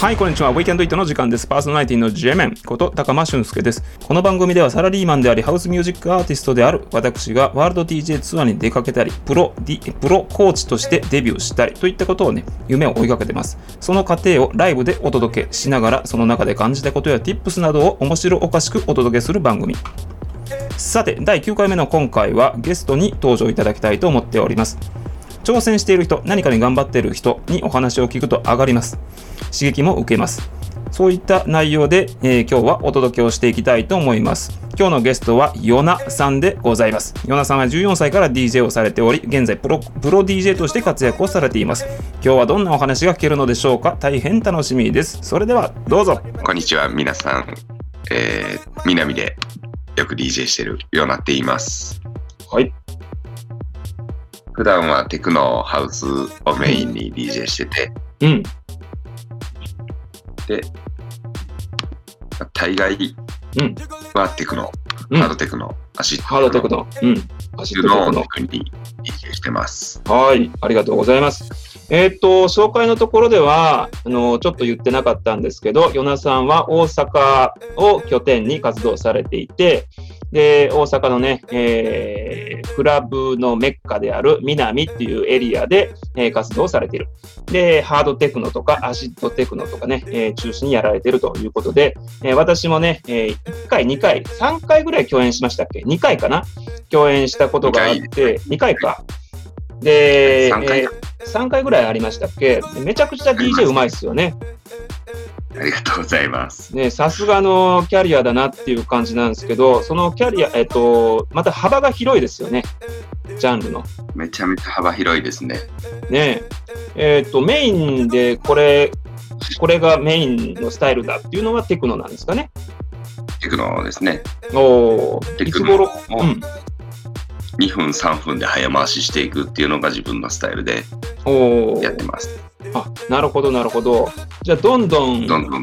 はい、こんにちは。ウィーケンドイットの時間です。パーソナリティのジェメンこと高間俊介です。この番組ではサラリーマンであり、ハウスミュージックアーティストである私がワールド DJ ツアーに出かけたり、プロディ、プロコーチとしてデビューしたりといったことをね、夢を追いかけてます。その過程をライブでお届けしながら、その中で感じたことや tips などを面白おかしくお届けする番組。さて、第9回目の今回はゲストに登場いただきたいと思っております。挑戦している人、何かに頑張っている人にお話を聞くと上がります。刺激も受けます。そういった内容で、えー今日はお届けをしていきたいと思います。今日のゲストはヨナさんでございます。ヨナさんは14歳から DJ をされており、現在プロプロ DJ として活躍をされています。今日はどんなお話が聞けるのでしょうか大変楽しみです。それではどうぞ。こんにちは、皆さん。えー、南でよく DJ してるようになっています。はい。普段はテクノハウスをメインに DJ してて、うん。大概うんはテクノ、うんハードテクノ、アシッドハードテクノ。うん。アシッドテクノの。風に DJ してます。はい、ありがとうございます。えーっと、紹介のところでは、あの、ちょっと言ってなかったんですけど、与那さんは大阪を拠点に活動されていて、で、大阪のね、えークラブのメッカである南っていうエリアで、えー活動されている。で、ハードテクノとかアシッドテクノとかね、えー中心にやられているということで、えー私もね、え1回、2回、3回ぐらい共演しましたっけ ?2 回かな共演したことがあって、2回か。で、 3回えー3回ぐらいありましたっけでめちゃくちゃ DJ うまいっすよね。ありがとうございます。ね、さすがのキャリアだなっていう感じなんですけど、そのキャリア、えっと、また幅が広いですよね。ジャンルの。めちゃめちゃ幅広いですね。ねえ。えっと、メインでこれ、これがメインのスタイルだっていうのはテクノなんですかね。テクノですね。おーテいつクノ頃うをん。 2分、3分で早回ししていくっていうのが自分のスタイルでおやっーてます。あ、なるほど、なるほど。じゃあ、どんどんどんどん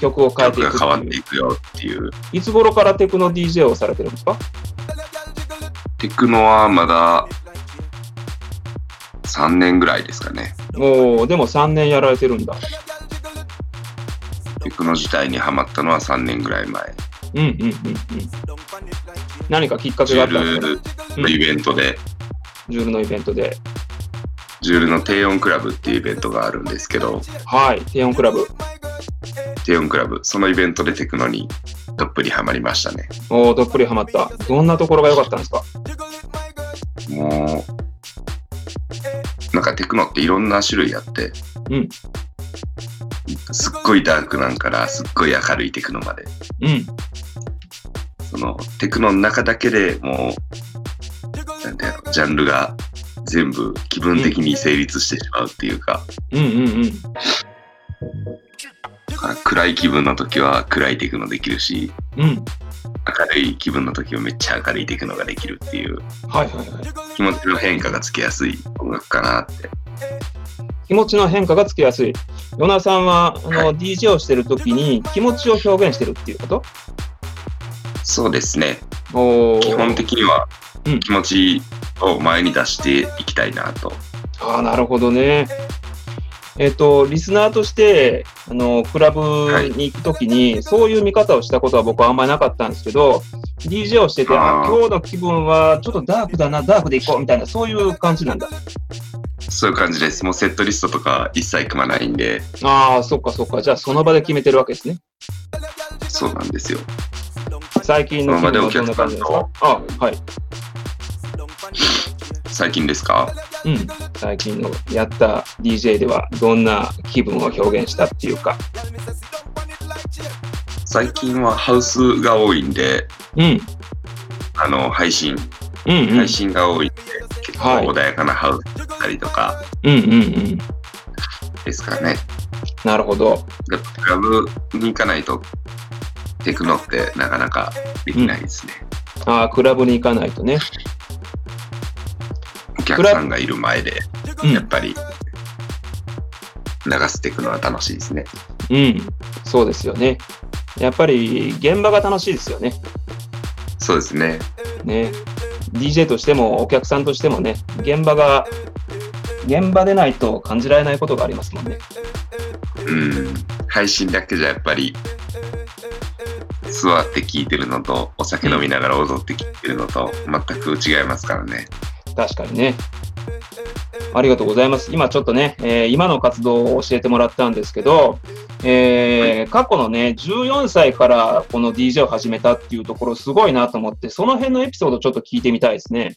曲を変えて曲いがく変わっってていう。いくよっていういつ頃からテクノ DJ をされてるんですかテクノはまだ3年ぐらいですかね。おお、でも3年やられてるんだ。テクノ自体にハマったのは3年ぐらい前。うんうんうんうん。何かきっかけジがあュったんですーかねルのイベントで、ジュールのイベントで。ジュールの低音クラブっていうイベントがあるんですけど、はい、低音クラブ。低音クラブ、そのイベントでテクノにどっぷりハマりましたね。おお、どっぷりハマった。どんなところが良かったんですかもう、なんかテクノっていろんな種類あって、うんすっごいダークなんからすっごい明るいテクノまで。うん。そのテクノの中だけでもう、なんていうの、ジャンルが全部気分的に成立してしまうっていうか、うんうんうん。あ暗い気分の時は暗いテクノできるし、うん。明るい気分の時はめっちゃ明るいテクノができるっていう、はいはいはい。気持ちの変化がつけやすい音楽かなって。気持ちの変化がつきやすい。ヨナさんは、あの、は DJ をしてるときに気持ちを表現してるっていうことそうですね。おお。基本的にはうん気持ちを前に出していきたいなと。ああ、なるほどね。えっ、と、リスナーとして、あの、クラブに行くときに、そういう見方をしたことは僕はあんまりなかったんですけど、DJ をしてて、ああー今日の気分はちょっとダークだな、ダークで行こうみたいな、そういう感じなんだ。そういう感じです。もうセットリストとか一切組まないんで、ああ、そっかそっか。じゃあ、その場で決めてるわけですね。そうなんですよ。最近の気分はどんな感じですそのかあはい。最近ですかうん。最近のやった DJ では、どんな気分を表現したっていうか。最近はハウスが多いんで、うん。あの、配信、うんうん。配信が多いんで、結構はい穏やかなハウスだったりとかうんうんうん。ですかね。なるほど。やっぱクラブに行かないと、テクノってなかなかできないですね。ああ、クラブに行かないとね。お客さんがいる前で、うんやっぱり、流していくのは楽しいですね。うん、そうですよね。やっぱり現場が楽しいですよね。そうですね。ね。DJ としてもお客さんとしてもね、現場が、現場でないと感じられないことがありますもんね。うん。配信だけじゃやっぱり、座って聞いてるのと、お酒飲みながら踊って聞いてるのと、全く違いますからね。確かにね。ありがとうございます。今ちょっとね、えー今の活動を教えてもらったんですけど、えー過去のね、14歳からこの DJ を始めたっていうところすごいなと思って、その辺のエピソードちょっと聞いてみたいですね。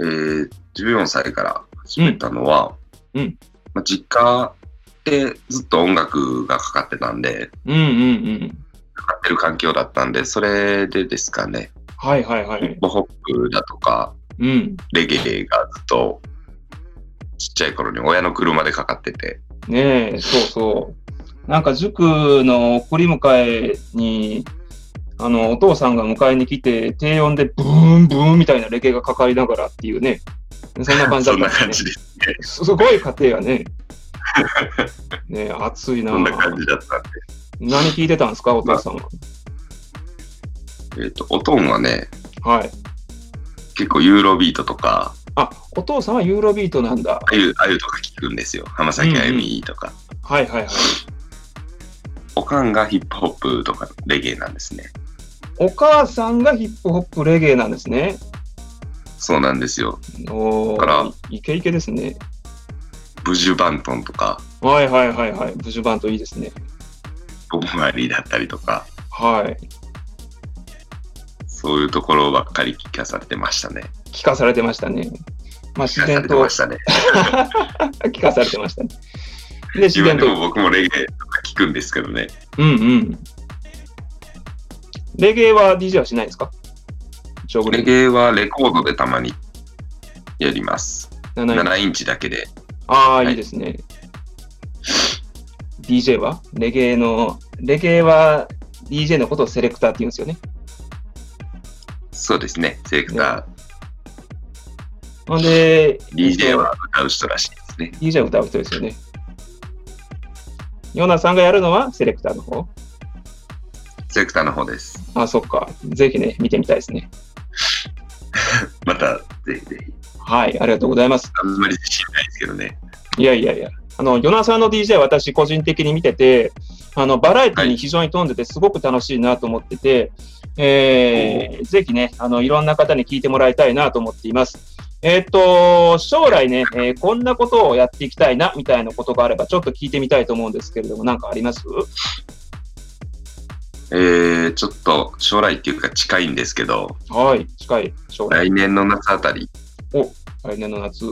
えー、14歳から始めたのは、うんうんまあ、実家でずっと音楽がかかってたんで、うんうんうん。かかってる環境だったんで、それでですかね、はいはいはヒッい。プホップだとか、うん。レゲエがずっと、ちっちゃい頃に親の車でかかってて、ねえ、そうそう。なんか塾の送り迎えに、あの、お父さんが迎えに来て、低音でブーンブーンみたいなレゲエがかかりながらっていうね、そんな感じだ そっんたなんです感ね。じですす。ごい家庭やね。ねえ、熱いなそんな感じだったんで。何聞いてたんですか、お父さんは。えっ、と、おとんはね、はい。結構ユーロビートとか、あ、お父さんはユーロビートなんだ。あゆ、あゆとか聞くんですよ。浜崎あゆみとか。はいはいはい。おかんがヒップホップとかレゲエなんですね。お母さんがヒップホップレゲエなんですね。そうなんですよ。おだからー、いイケイケですね。ブジュバントンとか、はいはいはいはい。ブジュバントいいですね。ボブマリーだったりとか、はい。そういうところばっかり聞かされてましたね。聞かされてましたね。まあ、聞自かさ然れてとましたね。聞かされてましたね。で、自今然でもと。僕もレゲエとか聞くんですけどね。うんうん。レゲエは DJ はしないんですかジョブレレゲエゲエはレコードでたまにやります。 7 7インチだけで。ああ、はいい、いですね。DJ はレゲエの、レゲエは DJ のことをセレクターって言うんですよね。そうですね。セレクタほんで、ー、DJ えっは歌う人らしいですね。と DJ は歌う人ですよね。ヨナさんがやるのはセレクターの方セレクターの方です。あ、そっか。ぜひね、見てみたいですね。また、ぜひぜひ。はい、ありがとうございます。あんまり自信ないですけどね。いやいやいや。あの、ヨナさんの DJ は私個人的に見てて、あの、バラエティに非常に富んでてすごく楽しいなと思ってて、えー、ぜひね、あの、いろんな方に聞いてもらいたいなと思っています。えっ、と、将来ね、えーこんなことをやっていきたいな、みたいなことがあれば、ちょっと聞いてみたいと思うんですけれども、なんかありますえー、ちょっと将来っていうか近いんですけど、はい、近い将来、来年の夏あたり、来年の夏。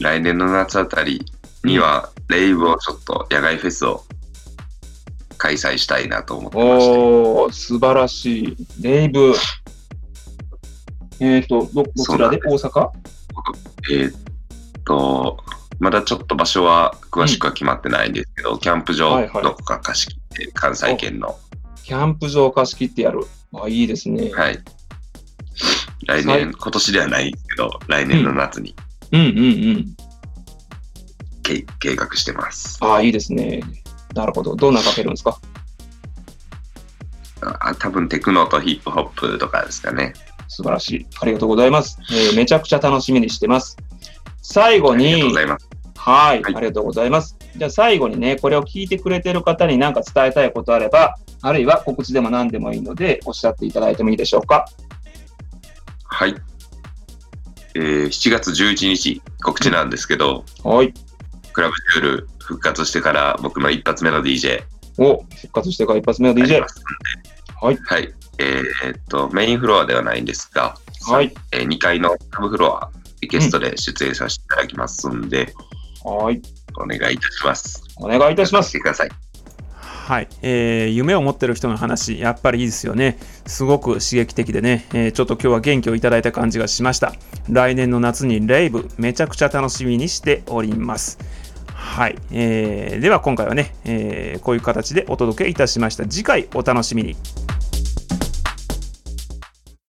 来年の夏あたりには、レイブをちょっと野外フェスを開催したいなと思ってまして、おー、素晴らしい。レイブ。えっ、と、ど、どちらで大阪えーっと、まだちょっと場所は詳しくは決まってないんですけど、キャンプ場はいはいどこか貸し切って、関西圏の、キャンプ場貸し切ってやる。あ、いいですね。はい。来は年、い今年ではないんですけど、来年の夏にうんうんうん。け計画してます。ああ、いいですね。なるほど。どんなかけるんですかあ多分テクノとヒップホップとかですかね。素晴らしい。ありがとうございます、えーめちゃくちゃ楽しみにしてます。最後ありがとうにござ、います。はい、はいありがとうございます。じゃあ最後にね、これを聞いてくれてる方に何か伝えたいことあれば、あるいは告知でも何でもいいので、おっしゃっていただいてもいいでしょうか。はい。えー7月11日、告知なんですけど、はい。クラブジュール復活してから僕の一発目の DJ お、復活してから一発目のになり DJ ま。すはいはい。えーえーっと、メインフロアではないんですが、はい。え2階のサブフロア、ゲストで出演させていただきますんで、はい。お願いいたします。お願いいたします来。てください。はい。えー夢を持ってる人の話、やっぱりいいですよね。すごく刺激的でね、えーちょっと今日は元気をいただいた感じがしました。来年の夏にレイブ、めちゃくちゃ楽しみにしております。はい、えーでは今回はね、えーこういう形でお届けいたしました。次回お楽しみに。